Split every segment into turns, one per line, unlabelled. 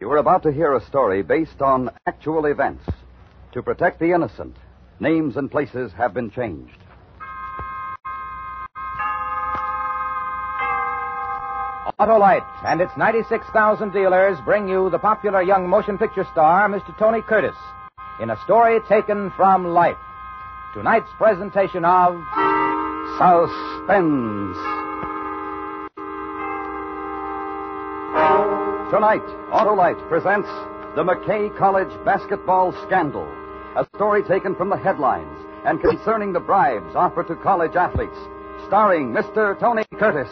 You are about to hear a story based on actual events. To protect the innocent, names and places have been changed.
Autolite and its 96,000 dealers bring you the popular young motion picture star, Mr. Tony Curtis, in a story taken from life. Tonight's presentation of
Suspense. Tonight, Autolite presents The McKay College Basketball Scandal, a story taken from the headlines and concerning the bribes offered to college athletes, starring Mr. Tony Curtis.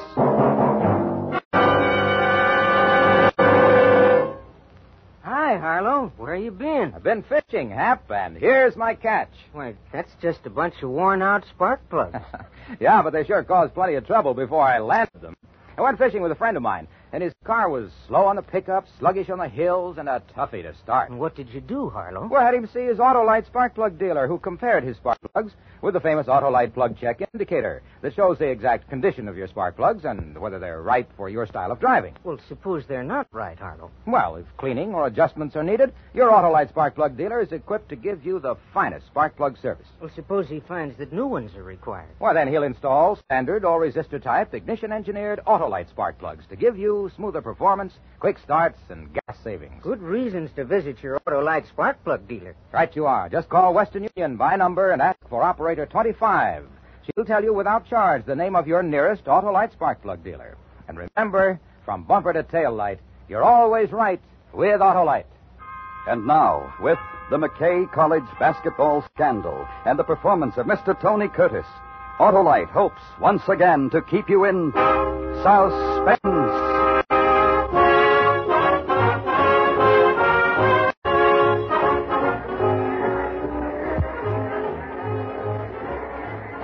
Hi, Harlow. Where you been?
I've been fishing, Hap, and here's my catch.
Why, that's just a bunch of worn out spark plugs.
yeah, but they sure caused plenty of trouble before I landed them. I went fishing with a friend of mine, and his car was slow on the pickup, sluggish on the hills, and a toughie to start.
And what did you do, Harlow?
Well, I had him see his Autolite spark plug dealer, who compared his spark plugs with the famous Autolite plug check indicator that shows the exact condition of your spark plugs and whether they're right for your style of driving.
Well, suppose they're not right, Harlow.
Well, if cleaning or adjustments are needed, your Autolite spark plug dealer is equipped to give you the finest spark plug service.
Well, suppose he finds that new ones are required.
Why, then he'll install standard or resistor type ignition engineered Autolite spark plugs to give you smoother performance, quick starts, and gas savings.
Good reasons to visit your Autolite spark plug dealer.
Right you are. Just call Western Union by number and ask for operator 25. She'll tell you without charge the name of your nearest Autolite spark plug dealer. And remember, from bumper to tail light, you're always right with Autolite.
And now, with the McKay College basketball scandal and the performance of Mr. Tony Curtis, Autolite hopes once again to keep you in suspense.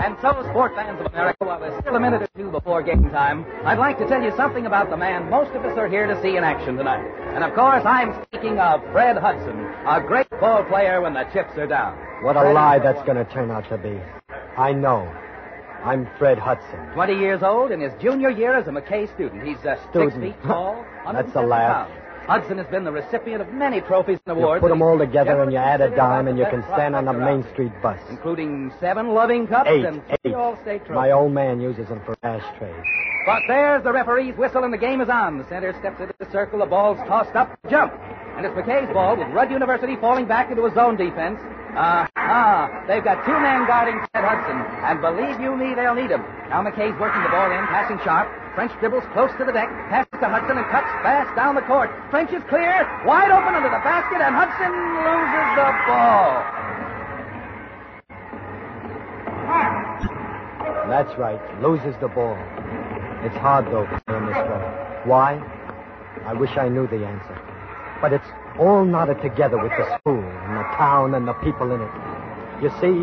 And so, sport fans of America, while there's still a minute or two before game time, I'd like to tell you something about the man most of us are here to see in action tonight. And of course, I'm speaking of Fred Hudson, a great ball player when the chips are down.
What a lie that's going to turn out to be. I know. I'm Fred Hudson.
20 years old, in his junior year as a McKay student. He's uh, six
Student.
feet tall.
That's a
170
laugh.
pounds. Hudson has been the recipient of many trophies and
You
awards.
put
that
them all
he's
together and you add a
generally
dime and you
considered
can
one of
stand on the
best prospects
Main Street bus.
around, Including seven loving cups
Eight.
and three all-state
Eight.
trophies.
My old man uses them for ashtrays.
But there's the referee's whistle and the game is on. The center steps into the circle, the ball's tossed up, jump. And it's McKay's ball with Rudd University falling back into a zone defense. Ah, ah, they've got two men guarding Fred Hudson, and believe you me, they'll need him. Now McKay's working the ball in, passing sharp. French dribbles close to the deck, passes to Hudson and cuts fast down the court. French is clear, wide open under the basket, and Hudson loses the ball.
That's right. Loses the ball. It's hard, though, to stay in this trouble. Why? I wish I knew the answer. But it's all knotted together with the school and the town and the people in it. You see,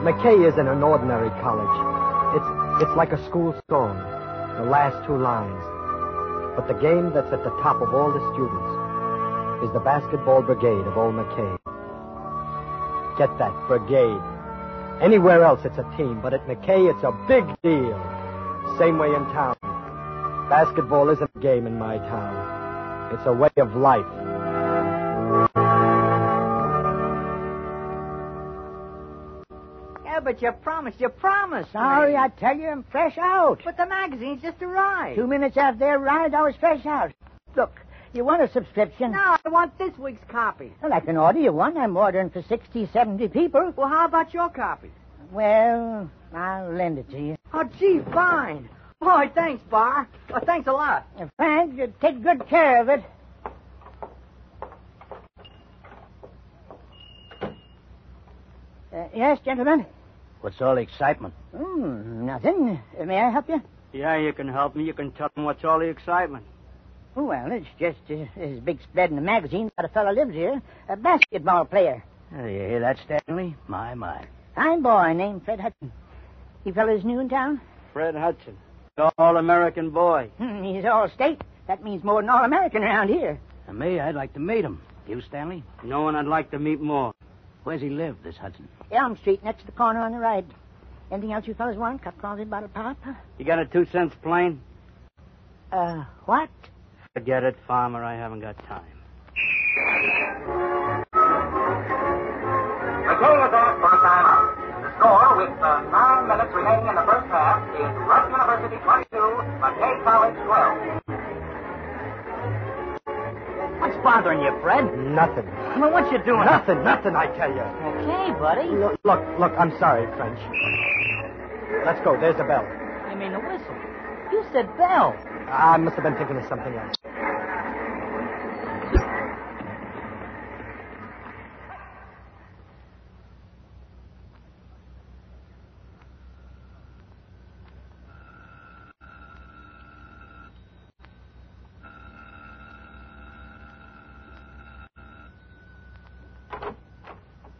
McKay isn't an ordinary college. It's, it's like a school song, the last two lines. But the game that's at the top of all the students is the basketball brigade of old McKay. Get that, brigade. Anywhere else, it's a team, but at McKay, it's a big deal. Same way in town. Basketball isn't a game in my town, it's a way of life.
Yeah, but you promised. You promised.
Sorry,
me.
I tell you, I'm fresh out.
But the magazine's just arrived.
Two minutes after their ride, I was fresh out. Look, you want a subscription?
No, I want this week's copy.
Well, I can order you one. I'm ordering for 60, 70 people.
Well, how about your copy?
Well, I'll lend it to you.
Oh, gee, fine. Boy, thanks, Bar. Well, thanks a lot.
Uh, Frank, you take good care of it. Uh, yes, gentlemen?
What's all the excitement?
Hmm, nothing. Uh, may I help you?
Yeah, you can help me. You can tell them what's all the excitement.
Well, it's just uh, there's a big spread in the magazine about a fellow lives here, a basketball player.
Oh, you hear that, Stanley? My, my.
Fine boy named Fred Hudson. You fellas new in town?
Fred Hudson. All American boy.
Hmm, he's all state. That means more than all American around here.
And me, I'd like to meet him. You, Stanley? No one I'd like to meet more. Where's he live, this Hudson?
Elm Street, next to the corner on the right. Anything else you fellas want? Cup coffee, bottle pop?
You got a two cents plane?
Uh, what?
Forget it, farmer. I haven't got time.
The game is asked for a timeout. The score with uh, nine minutes remaining in the first half is Rush University 22, McKay College 12.
What's bothering you, Fred?
Nothing.
Come on, what you doing?
Nothing, nothing, I tell you.
Okay, buddy.
Look, look, look, I'm sorry, French. Let's go. There's the bell.
I mean, the whistle. You said bell.
I must have been thinking of something else.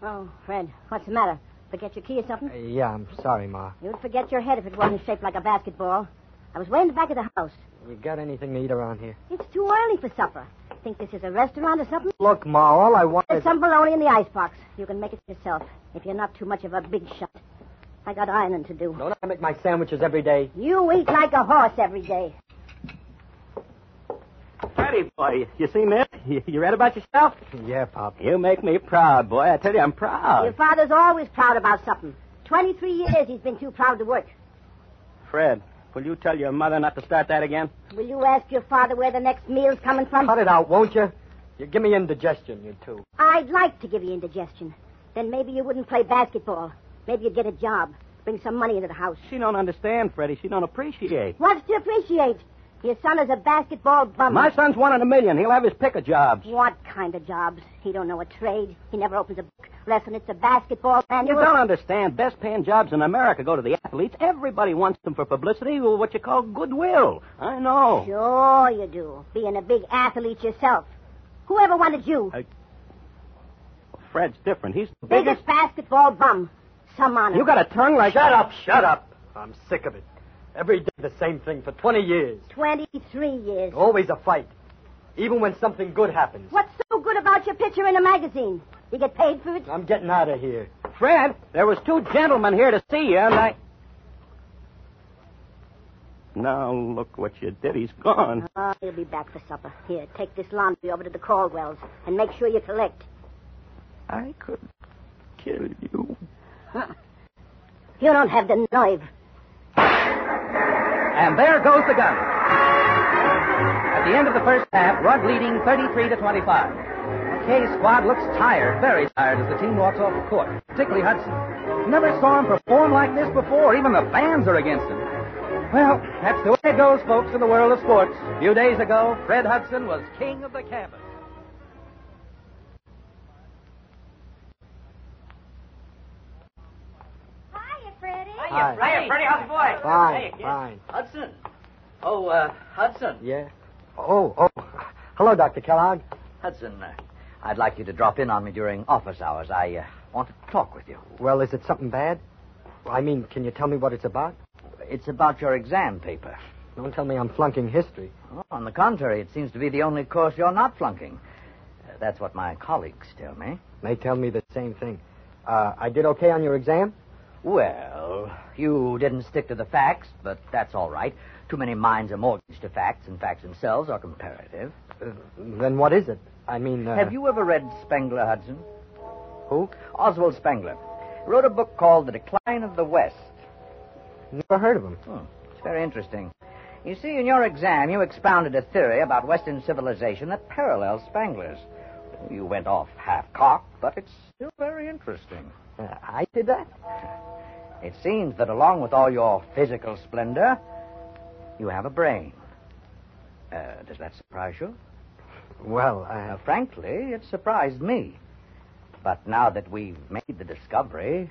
Oh, Fred, what's the matter? Forget your key or something?
Uh, yeah, I'm sorry, Ma.
You'd forget your head if it wasn't shaped like a basketball. I was way in the back of the house.
You got anything to eat around here?
It's too early for supper. Think this is a restaurant or something?
Look, Ma, all I want
There's
is.
some bologna in the icebox. You can make it yourself if you're not too much of a big shot. I got ironing to do.
Don't I make my sandwiches every day?
You eat like a horse every day.
Freddie, boy, you see, miss? You, you read about yourself?
Yeah, Pop.
You make me proud, boy. I tell you, I'm proud.
Ah.
Your father's always proud about something. Twenty-three years he's been too proud to work.
Fred, will you tell your mother not to start that again?
Will you ask your father where the next meal's coming from?
Cut it out, won't you? You give me indigestion, you two.
I'd like to give you indigestion. Then maybe you wouldn't play basketball. Maybe you'd get a job, bring some money into the house.
She don't understand, Freddie. She don't appreciate.
What's to appreciate? Your son is a basketball bum.
My son's one in a million. He'll have his pick of jobs.
What kind of jobs? He don't know a trade. He never opens a book, less than it's a basketball
You
manual.
don't understand. Best paying jobs in America go to the athletes. Everybody wants them for publicity or what you call goodwill. I know.
Sure you do. Being a big athlete yourself. Whoever wanted you?
I- Fred's different. He's the biggest.
biggest basketball bum. Some honor.
You got a tongue like
Shut up, shut up. I'm sick of it. Every day the same thing for 20 years.
23 years.
Always a fight. Even when something good happens.
What's so good about your picture in a magazine? You get paid for it?
I'm getting out of here.
Fred, there was two gentlemen here to see you, and I. Now look what you did. He's gone.
Oh, he'll be back for supper. Here, take this laundry over to the Caldwells and make sure you collect.
I could kill you.
You don't have the nerve.
And there goes the gun. At the end of the first half, Rudd leading 33 to 25. McKay's squad looks tired, very tired, as the team walks off the court, particularly Hudson. Never saw him perform like this before. Even the fans are against him. Well, that's the way it goes, folks, in the world of sports. A few days ago, Fred Hudson was king of the campus.
Hiya, Freddie.
Hi.
Hey, Freddie, how's the boy?
Fine, fine.
Hudson. Oh, uh, Hudson.
Yeah. Oh, oh. Hello, Dr. Kellogg.
Hudson, uh, I'd like you to drop in on me during office hours. I uh, want to talk with you.
Well, is it something bad? I mean, can you tell me what it's about?
It's about your exam paper.
Don't tell me I'm flunking history.
Oh, on the contrary, it seems to be the only course you're not flunking. Uh, that's what my colleagues tell me.
They tell me the same thing. Uh, I did okay on your exam?
Well, you didn't stick to the facts, but that's all right. Too many minds are mortgaged to facts, and facts themselves are comparative.
Uh, then what is it? I mean, uh,
Have you ever read Spengler, Hudson?
Who?
Oswald Spengler. Wrote a book called The Decline of the West.
Never heard of him.
Hmm. It's very interesting. You see, in your exam, you expounded a theory about Western civilization that parallels Spangler's. You went off half cocked, but it's still very interesting.
Uh, I did that?
It seems that along with all your physical splendor, you have a brain. Uh, does that surprise you?
Well,
Now,
uh,
frankly, it surprised me. But now that we've made the discovery,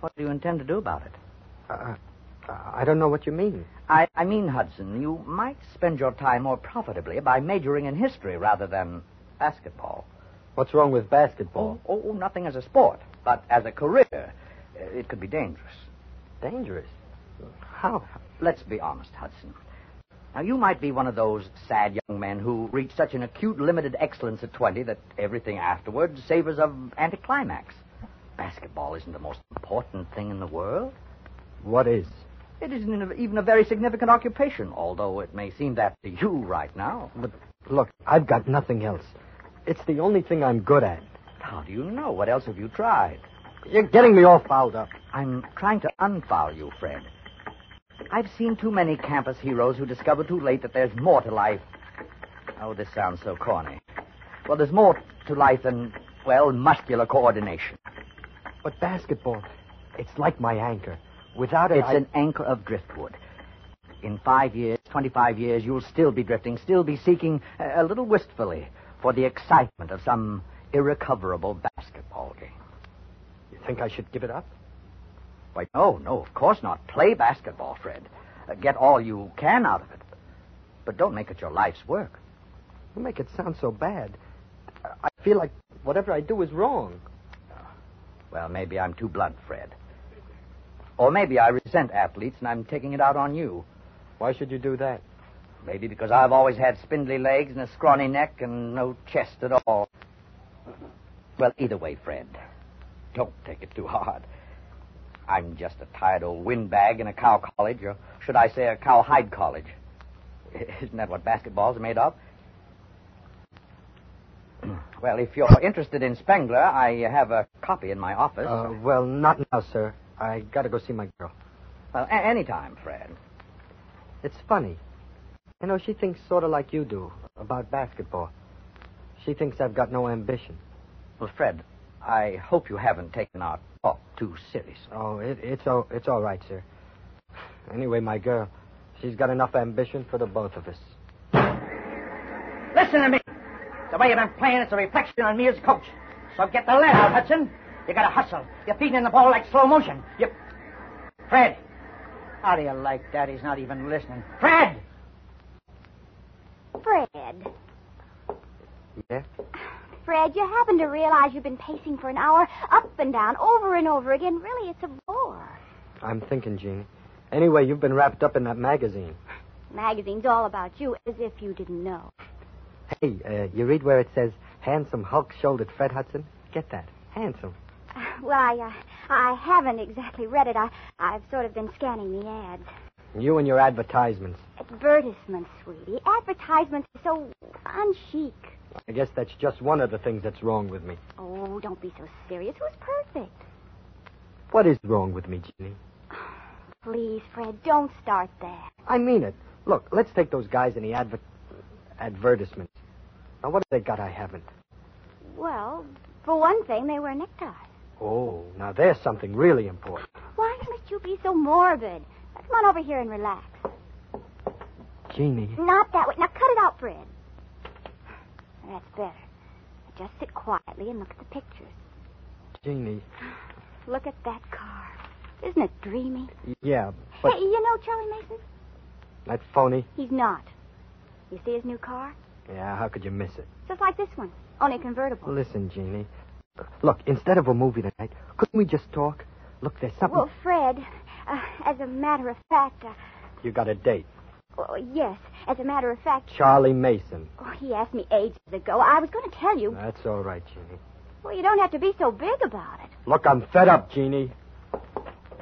what do you intend to do about it?
uh, I don't know what you mean.
I, I mean, Hudson, you might spend your time more profitably by majoring in history rather than basketball.
What's wrong with basketball?
Oh, oh, nothing as a sport, but as a career, uh, it could be dangerous.
Dangerous. How?
Let's be honest, Hudson. Now, you might be one of those sad young men who reach such an acute limited excellence at 20 that everything afterward savors of anticlimax. Basketball isn't the most important thing in the world.
What is?
It isn't even a very significant occupation, although it may seem that to you right now.
But look, I've got nothing else. It's the only thing I'm good at.
How do you know? What else have you tried?
You're getting me all fouled up.
I'm trying to unfoul you, Fred. I've seen too many campus heroes who discover too late that there's more to life. Oh, this sounds so corny. Well, there's more to life than, well, muscular coordination.
But basketball, it's like my anchor. Without it,
It's
I-
an anchor of driftwood. In five years, 25 years, you'll still be drifting, still be seeking, uh, a little wistfully, for the excitement of some irrecoverable basketball game.
You think I should give it up?
Why, no, no, of course not. Play basketball, Fred. Uh, get all you can out of it. But don't make it your life's work.
You make it sound so bad. I I feel like whatever I do is wrong.
Well, maybe I'm too blunt, Fred. Or maybe I resent athletes and I'm taking it out on you.
Why should you do that?
Maybe because I've always had spindly legs and a scrawny neck and no chest at all. Well, either way, Fred, don't take it too hard. I'm just a tired old windbag in a cow college, or should I say a cowhide college? Isn't that what basketballs are made of? well, if you're interested in Spengler, I have a copy in my office.
Uh, well, not now, sir. I gotta go see my girl.
Well, Uh, a- any time, Fred.
It's funny. You know, she thinks sort of like you do about basketball. She thinks I've got no ambition.
Well, Fred, I hope you haven't taken our talk too seriously.
Oh, it, it's, all, it's all right, sir. Anyway, my girl, she's got enough ambition for the both of us.
Listen to me. The way you've been playing is a reflection on me as coach. So get the lead out, Hudson. You gotta hustle. You're feeding the ball like slow motion. You... Fred. How do you like that? He's not even listening. Fred!
Fred.
Yeah?
Fred, you happen to realize you've been pacing for an hour up and down, over and over again. Really, it's a bore.
I'm thinking, Jeannie. Anyway, you've been wrapped up in that magazine.
Magazine's all about you, as if you didn't know.
Hey, uh, you read where it says, handsome, hulk-shouldered Fred Hudson? Get that. Handsome.
Well, I, uh, I haven't exactly read it. I, I've sort of been scanning the ads.
You and your advertisements.
Advertisements, sweetie. Advertisements are so unchic.
I guess that's just one of the things that's wrong with me.
Oh, don't be so serious. Who's perfect?
What is wrong with me, Jeannie?
Please, Fred, don't start there.
I mean it. Look, let's take those guys in the adver- advertisements. Now, what have they got I haven't?
Well, for one thing, they wear neckties.
Oh, now there's something really important.
Why must you be so morbid? Now, Come on over here and relax.
Jeannie.
Not that way. Now cut it out, Fred. That's better. Now, Just sit quietly and look at the pictures.
Jeannie.
Look at that car. Isn't it dreamy?
Yeah, but
Hey, you know Charlie Mason?
that phony.
He's not. You see his new car?
Yeah, how could you miss it?
Just like this one, only convertible.
Listen, Jeannie. Look, instead of a movie tonight, couldn't we just talk? Look, there's something.
Well, Fred, uh, as a matter of fact, uh,
You got a date.
oh, yes, as a matter of fact,
Charlie Mason.
oh, he asked me ages ago. I was going to tell you.
That's all right, Jeannie.
Well, you don't have to be so big about it.
Look, I'm fed up, Jeannie.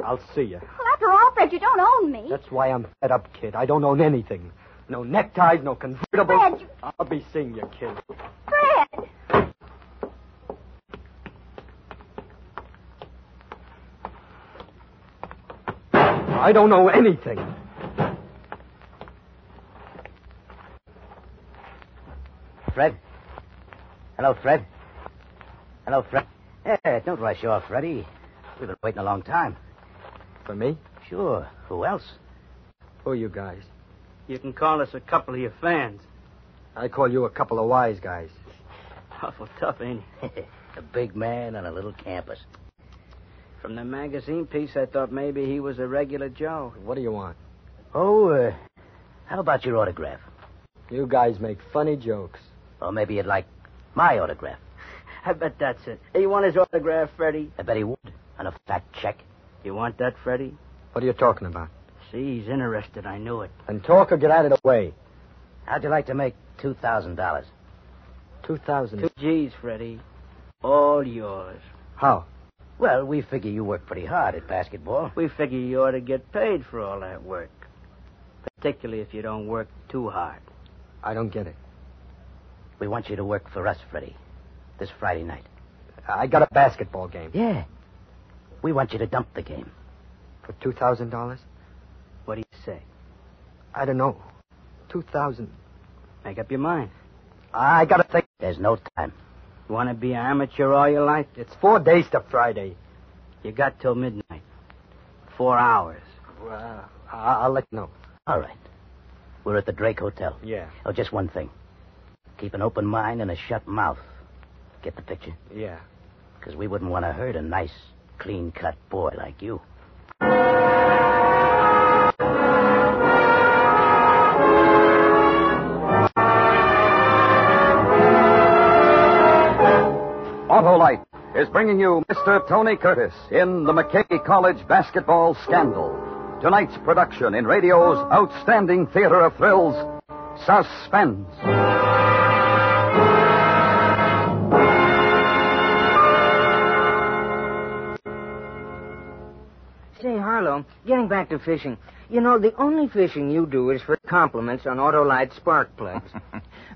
I'll see you.
Well, after all, Fred, you don't own me.
That's why I'm fed up, kid. I don't own anything. No neckties, no convertible.
Fred, you-
I'll be seeing you, kid.
Fred!
I don't know anything.
Fred? Hello, Fred? Hello, Fred? Eh, don't rush off, Freddy. We've been waiting a long time.
For me?
Sure. Who else?
Who are you guys?
You can call us a couple of your fans.
I call you a couple of wise guys.
Awful tough, ain't
a big man on a little campus.
From the magazine piece, I thought maybe he was a regular Joe.
What do you want?
Oh, uh, how about your autograph?
You guys make funny jokes.
Or maybe you'd like my autograph. I bet that's it. Hey, you want his autograph, Freddie? I bet he would. On a fat check. You want that, Freddie?
What are you talking about?
See, he's interested. I knew it.
And talk or get out of the way.
How'd you like to make two thousand dollars?
Two thousand.
Two G's, Freddie. All yours.
How?
Well, we figure you work pretty hard at basketball. We figure you ought to get paid for all that work. Particularly if you don't work too hard.
I don't get it.
We want you to work for us, Freddie. This Friday night.
I got a basketball game.
Yeah. We want you to dump the game.
For two thousand dollars?
What do you say?
I don't know. Two thousand.
Make up your mind.
I gotta think.
There's no time. You want to be an amateur all your life?
It's four days to Friday.
You got till midnight. Four hours.
Well, I- I'll let you know.
All right. We're at the Drake Hotel.
Yeah.
Oh, just one thing. Keep an open mind and a shut mouth. Get the picture?
Yeah.
Because we wouldn't want to hurt a nice, clean cut boy like you.
Autolite is bringing you Mr. Tony Curtis in the McKay College Basketball Scandal. Tonight's production in radio's outstanding theater of thrills, Suspense.
Say, Harlow, getting back to fishing, you know, the only fishing you do is for compliments on Autolite spark plugs.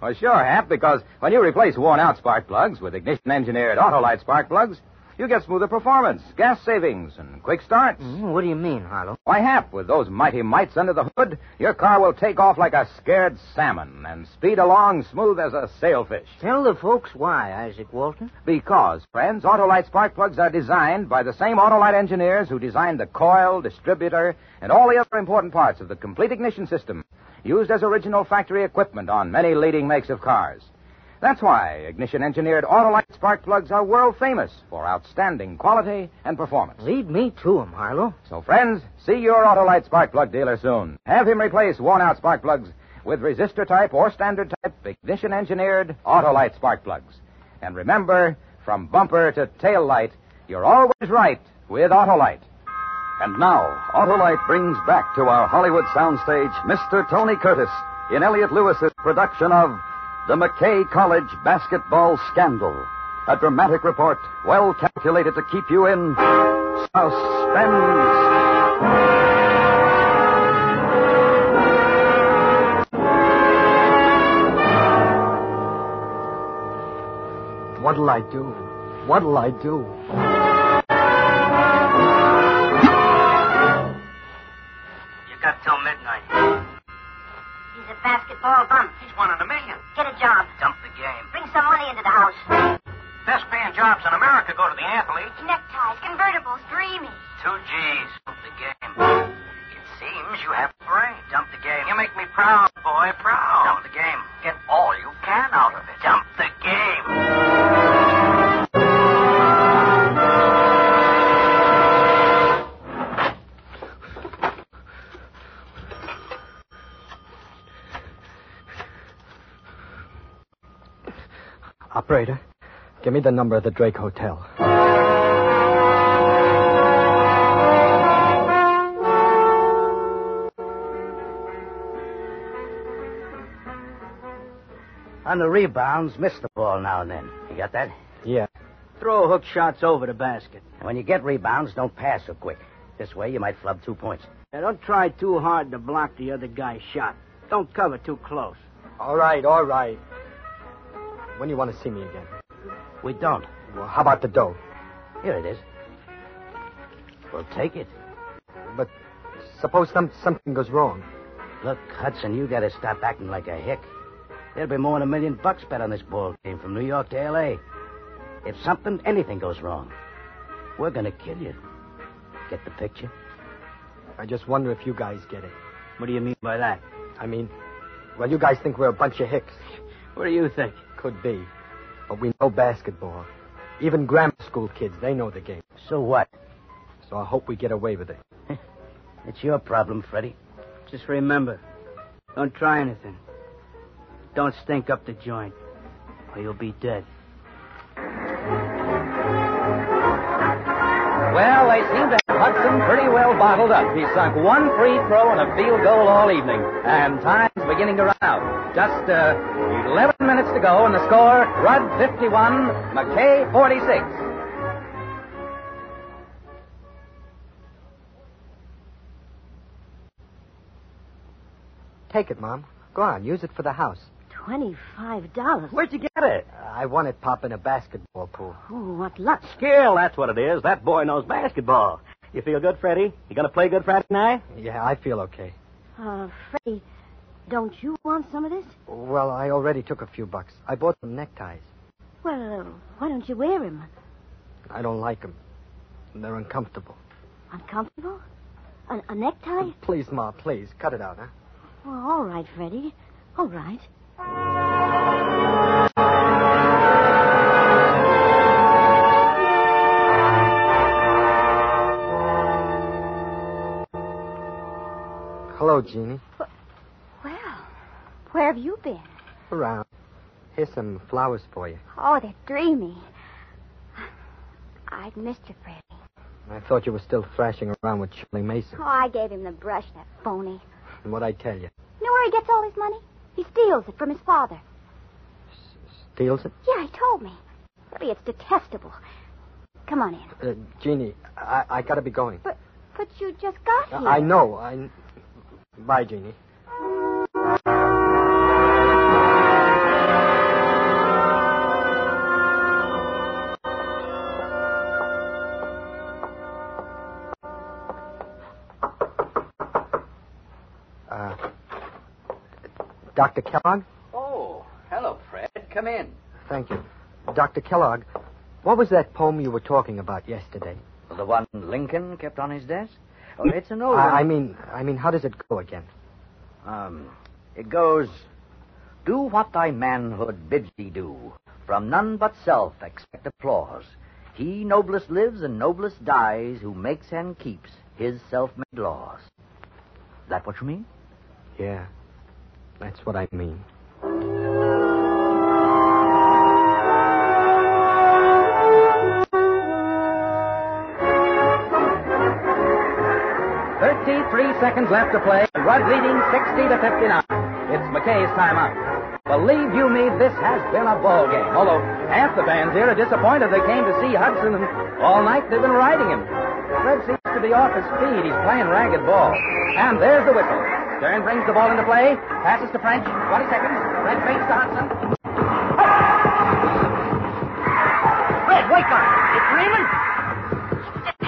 Well, sure, Hap, because when you replace worn out spark plugs with ignition engineered Autolite spark plugs, you get smoother performance, gas savings, and quick starts.
Mm, what do you mean, Harlow?
Why, Hap, with those mighty mites under the hood, your car will take off like a scared salmon and speed along smooth as a sailfish.
Tell the folks why, Isaac Walton.
Because, friends, Autolite spark plugs are designed by the same Autolite engineers who designed the coil, distributor, and all the other important parts of the complete ignition system, used as original factory equipment on many leading makes of cars. That's why ignition engineered Autolite spark plugs are world famous for outstanding quality and performance.
Lead me to 'em, Harlow.
So, friends, see your Autolite spark plug dealer soon. Have him replace worn out spark plugs with resistor type or standard type ignition engineered Autolite spark plugs. And remember, from bumper to tail light, you're always right with Autolite.
And now, Autolite brings back to our Hollywood soundstage Mr. Tony Curtis in Elliot Lewis's production of The McKay College Basketball Scandal, a dramatic report well calculated to keep you in suspense.
What'll I do? What'll I do?
You got till midnight.
He's a basketball bum.
He's one in a million.
Get a job.
Dump the game.
Bring some money into the house.
Best paying jobs in America go to the athletes.
Neckties, convertibles, dreamy.
Two G's. Dump the game. It seems you have brains. Dump the game. You make me proud, boy, proud. Dump the game. Get all you can out of it. Dump the game.
Operator, give me the number of the Drake Hotel.
On the rebounds, miss the ball now and then. You got that?
Yeah.
Throw hook shots over the basket. And when you get rebounds, don't pass so quick. This way, you might flub two points. Now, don't try too hard to block the other guy's shot. Don't cover too close.
All right, all right. When do you want to see me again?
We don't.
Well, how about the dough?
Here it is. We'll take it.
But suppose some, something goes wrong.
Look, Hudson, you gotta stop acting like a hick. There'll be more than a million bucks bet on this ball game from New York to L.A. If something, anything goes wrong, we're gonna kill you. Get the picture?
I just wonder if you guys get it.
What do you mean by that?
I mean, well, you guys think we're a bunch of hicks.
What do you think?
Could be. But we know basketball. Even grammar school kids, they know the game.
So what?
so I hope we get away with it.
It's your problem, Freddy. Just remember, don't try anything. Don't stink up the joint, or you'll be dead.
Well, they seem to have Hudson pretty well bottled up. He sunk one free throw and a field goal all evening, and time's beginning to run out. Just uh, 11 minutes to go, and the score: Rudd 51, McKay 46.
Take it, Mom. Go on, use it for the house.
Twenty-five dollars.
Where'd you get it? I won it, Pop, in a basketball pool.
Oh, what luck!
Skill, that's what it is. That boy knows basketball. You feel good, Freddy? You gonna play good Friday night?
Yeah, I feel okay.
Uh, Freddy, don't you want some of this?
Well, I already took a few bucks. I bought some neckties.
Well, uh, why don't you wear him?
I don't like them. They're uncomfortable.
Uncomfortable? A, a necktie?
Please, Ma, please, cut it out, huh?
Well, all right, Freddy. All right.
Hello, Jeannie.
Well, where have you been?
Around. Here's some flowers for you.
Oh, they're dreamy. I'd missed you, Freddy.
I thought you were still thrashing around with Shirley Mason.
Oh, I gave him the brush, that phony.
And what I tell you?
You know where he gets all his money? He steals it from his father.
Steals it?
Yeah, he told me. Really, it's detestable. Come on in.
Uh, Jeannie, I, I gotta be going.
But, but you just got here.
I know. I. Bye, Jeannie. Uh, Dr. Kellogg?
Oh, hello, Fred. Come in.
Thank you. Dr. Kellogg, what was that poem you were talking about yesterday?
The one Lincoln kept on his desk? Oh, it's an old one.
I, I mean, I mean, how does it go again?
Um, it goes, Do what thy manhood bids thee do. From none but self expect applause. He noblest lives and noblest dies who makes and keeps his self-made laws. That what you mean?
Yeah, that's what I mean.
Thirty-three seconds left to play. Rudd leading 60 to 59. It's McKay's timeout. Believe you me, this has been a ball game. Although half the fans here are disappointed they came to see Hudson, and all night they've been riding him. Rudd seems to be off his feed. He's playing ragged ball. And there's the whistle. Stern brings the ball into play. Passes to French. 20 seconds. French fakes to Hudson.
Red, wake up! It's Raymond!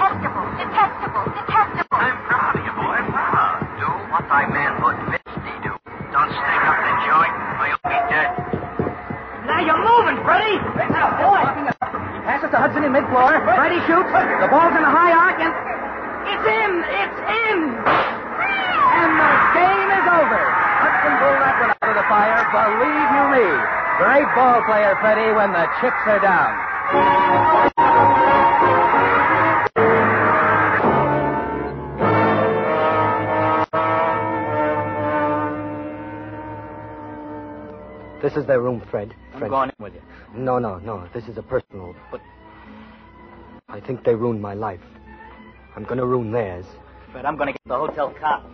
Detestable, detestable, detestable! I'm proud of you, boy. I'm proud. Do what thy manhood bids thee do. Don't stick up the joint, or you'll be dead.
Now you're moving, Freddy! Now, boy! He passes to Hudson in mid-floor. Freddy shoots. The ball's in the high arc, and it's in! It's in! And the game is over. Hudson pulled that one out of the fire. Believe you me, great ball player, Freddy, when the chips are down.
This is their room, Fred. Fred.
I'm going in with you.
No, no, no. This is a personal. But I think they ruined my life. I'm going to ruin theirs.
Fred, I'm gonna get the hotel cop.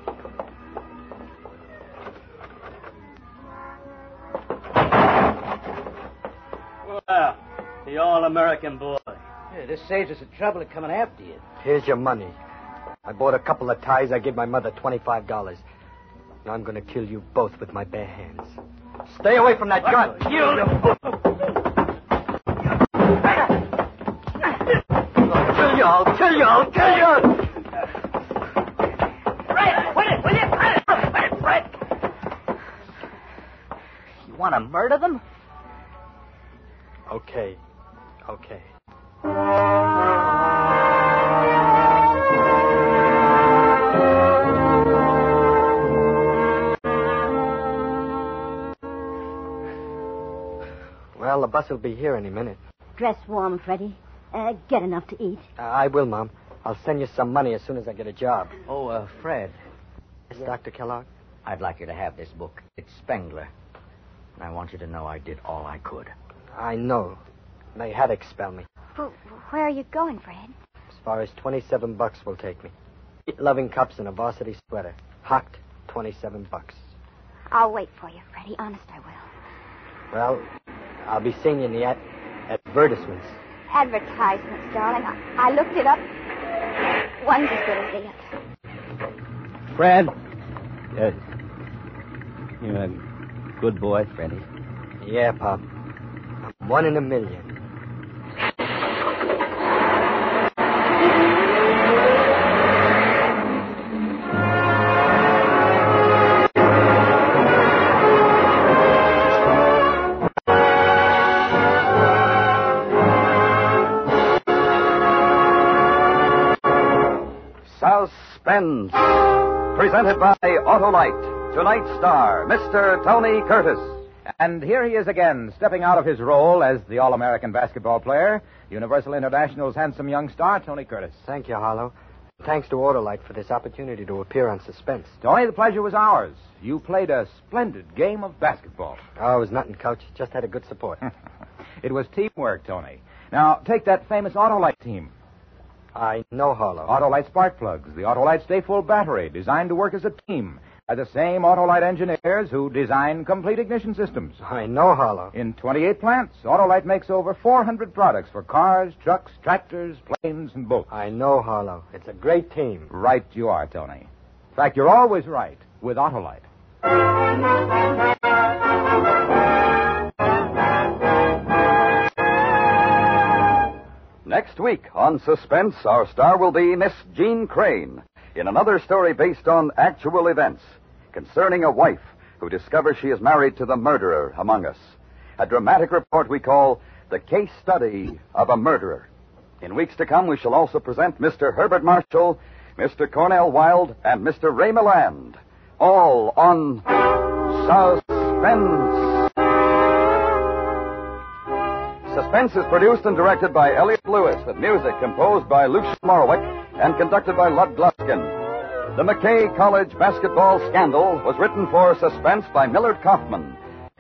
Well, the all-American boy.
Yeah, this saves us the trouble of coming after you.
Here's your money. I bought a couple of ties. I gave my mother twenty-five dollars. Now I'm going to kill you both with my bare hands. Stay away from that gun.
I'll kill you, I'll kill you, I'll kill you! Fred, will you, will you? Fred, Fred, Fred!
You want to murder them?
Okay. Okay. Well, the bus will be here any minute.
Dress warm, Freddy. Uh, get enough to eat.
I I will, Mom. I'll send you some money as soon as I get a job.
Oh, uh, Fred. It's Dr. Kellogg. I'd like you to have this book. It's Spengler. And I want you to know I did all I could.
I know. They had to expel me.
Well, where are you going, Fred?
As far as 27 bucks will take me. Loving cups and a varsity sweater. Hocked, 27 bucks.
I'll wait for you, Freddy. Honest, I will.
Well, I'll be seeing you in the ad- advertisements.
Advertisements, darling. I, I looked it up. One's as good as the other.
Fred. Good. You're a good boy, Freddy.
Yeah, Pop. I'm one in a million.
Suspense. Presented by Autolite. Tonight's star, Mr. Tony Curtis.
And here he is again, stepping out of his role as the All American basketball player, Universal International's handsome young star, Tony Curtis.
Thank you, Harlow. Thanks to Autolite for this opportunity to appear on Suspense.
Tony, the pleasure was ours. You played a splendid game of basketball.
Oh, it was nothing, Coach. Just had a good support.
It was teamwork, Tony. Now, take that famous Autolite team.
I know Harlow.
Autolite spark plugs, the Autolite Stay Full battery, designed to work as a team by the same Autolite engineers who design complete ignition systems.
I know Harlow.
In 28 plants, Autolite makes over 400 products for cars, trucks, tractors, planes, and boats.
I know Harlow. It's a great team.
Right you are, Tony. In fact, you're always right with Autolite.
Next week on Suspense, our star will be Miss Jean Crane in another story based on actual events concerning a wife who discovers she is married to the murderer among us. A dramatic report we call The Case Study of a Murderer. In weeks to come, we shall also present Mr. Herbert Marshall, Mr. Cornell Wilde, and Mr. Ray Milland, all on Suspense. Suspense is produced and directed by Elliot Lewis, with music composed by Luke Morwick and conducted by Lud Gluskin. The McKay College basketball scandal was written for Suspense by Millard Kaufman.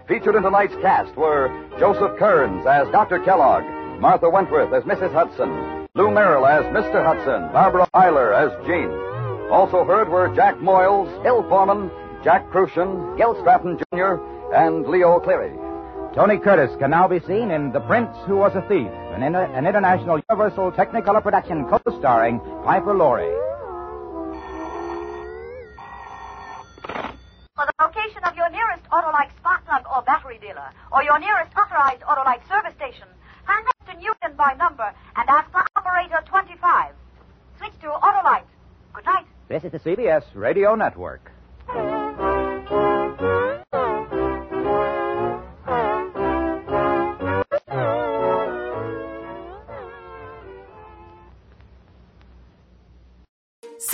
Featured in tonight's cast were Joseph Kearns as Dr. Kellogg, Martha Wentworth as Mrs. Hudson, Lou Merrill as Mr. Hudson, Barbara Eiler as Jean. Also heard were Jack Moyles, Hill Foreman, Jack Crucian, Gil Stratton Jr., and Leo Cleary.
Tony Curtis can now be seen in The Prince Who Was a Thief, an, inter- an international Universal Technicolor production co starring Piper Laurie.
For the location of your nearest Autolite spark plug or battery dealer, or your nearest authorized Autolite service station, hang up to Newton by number and ask for operator 25. Switch to Autolite. Good night.
This is the CBS Radio Network.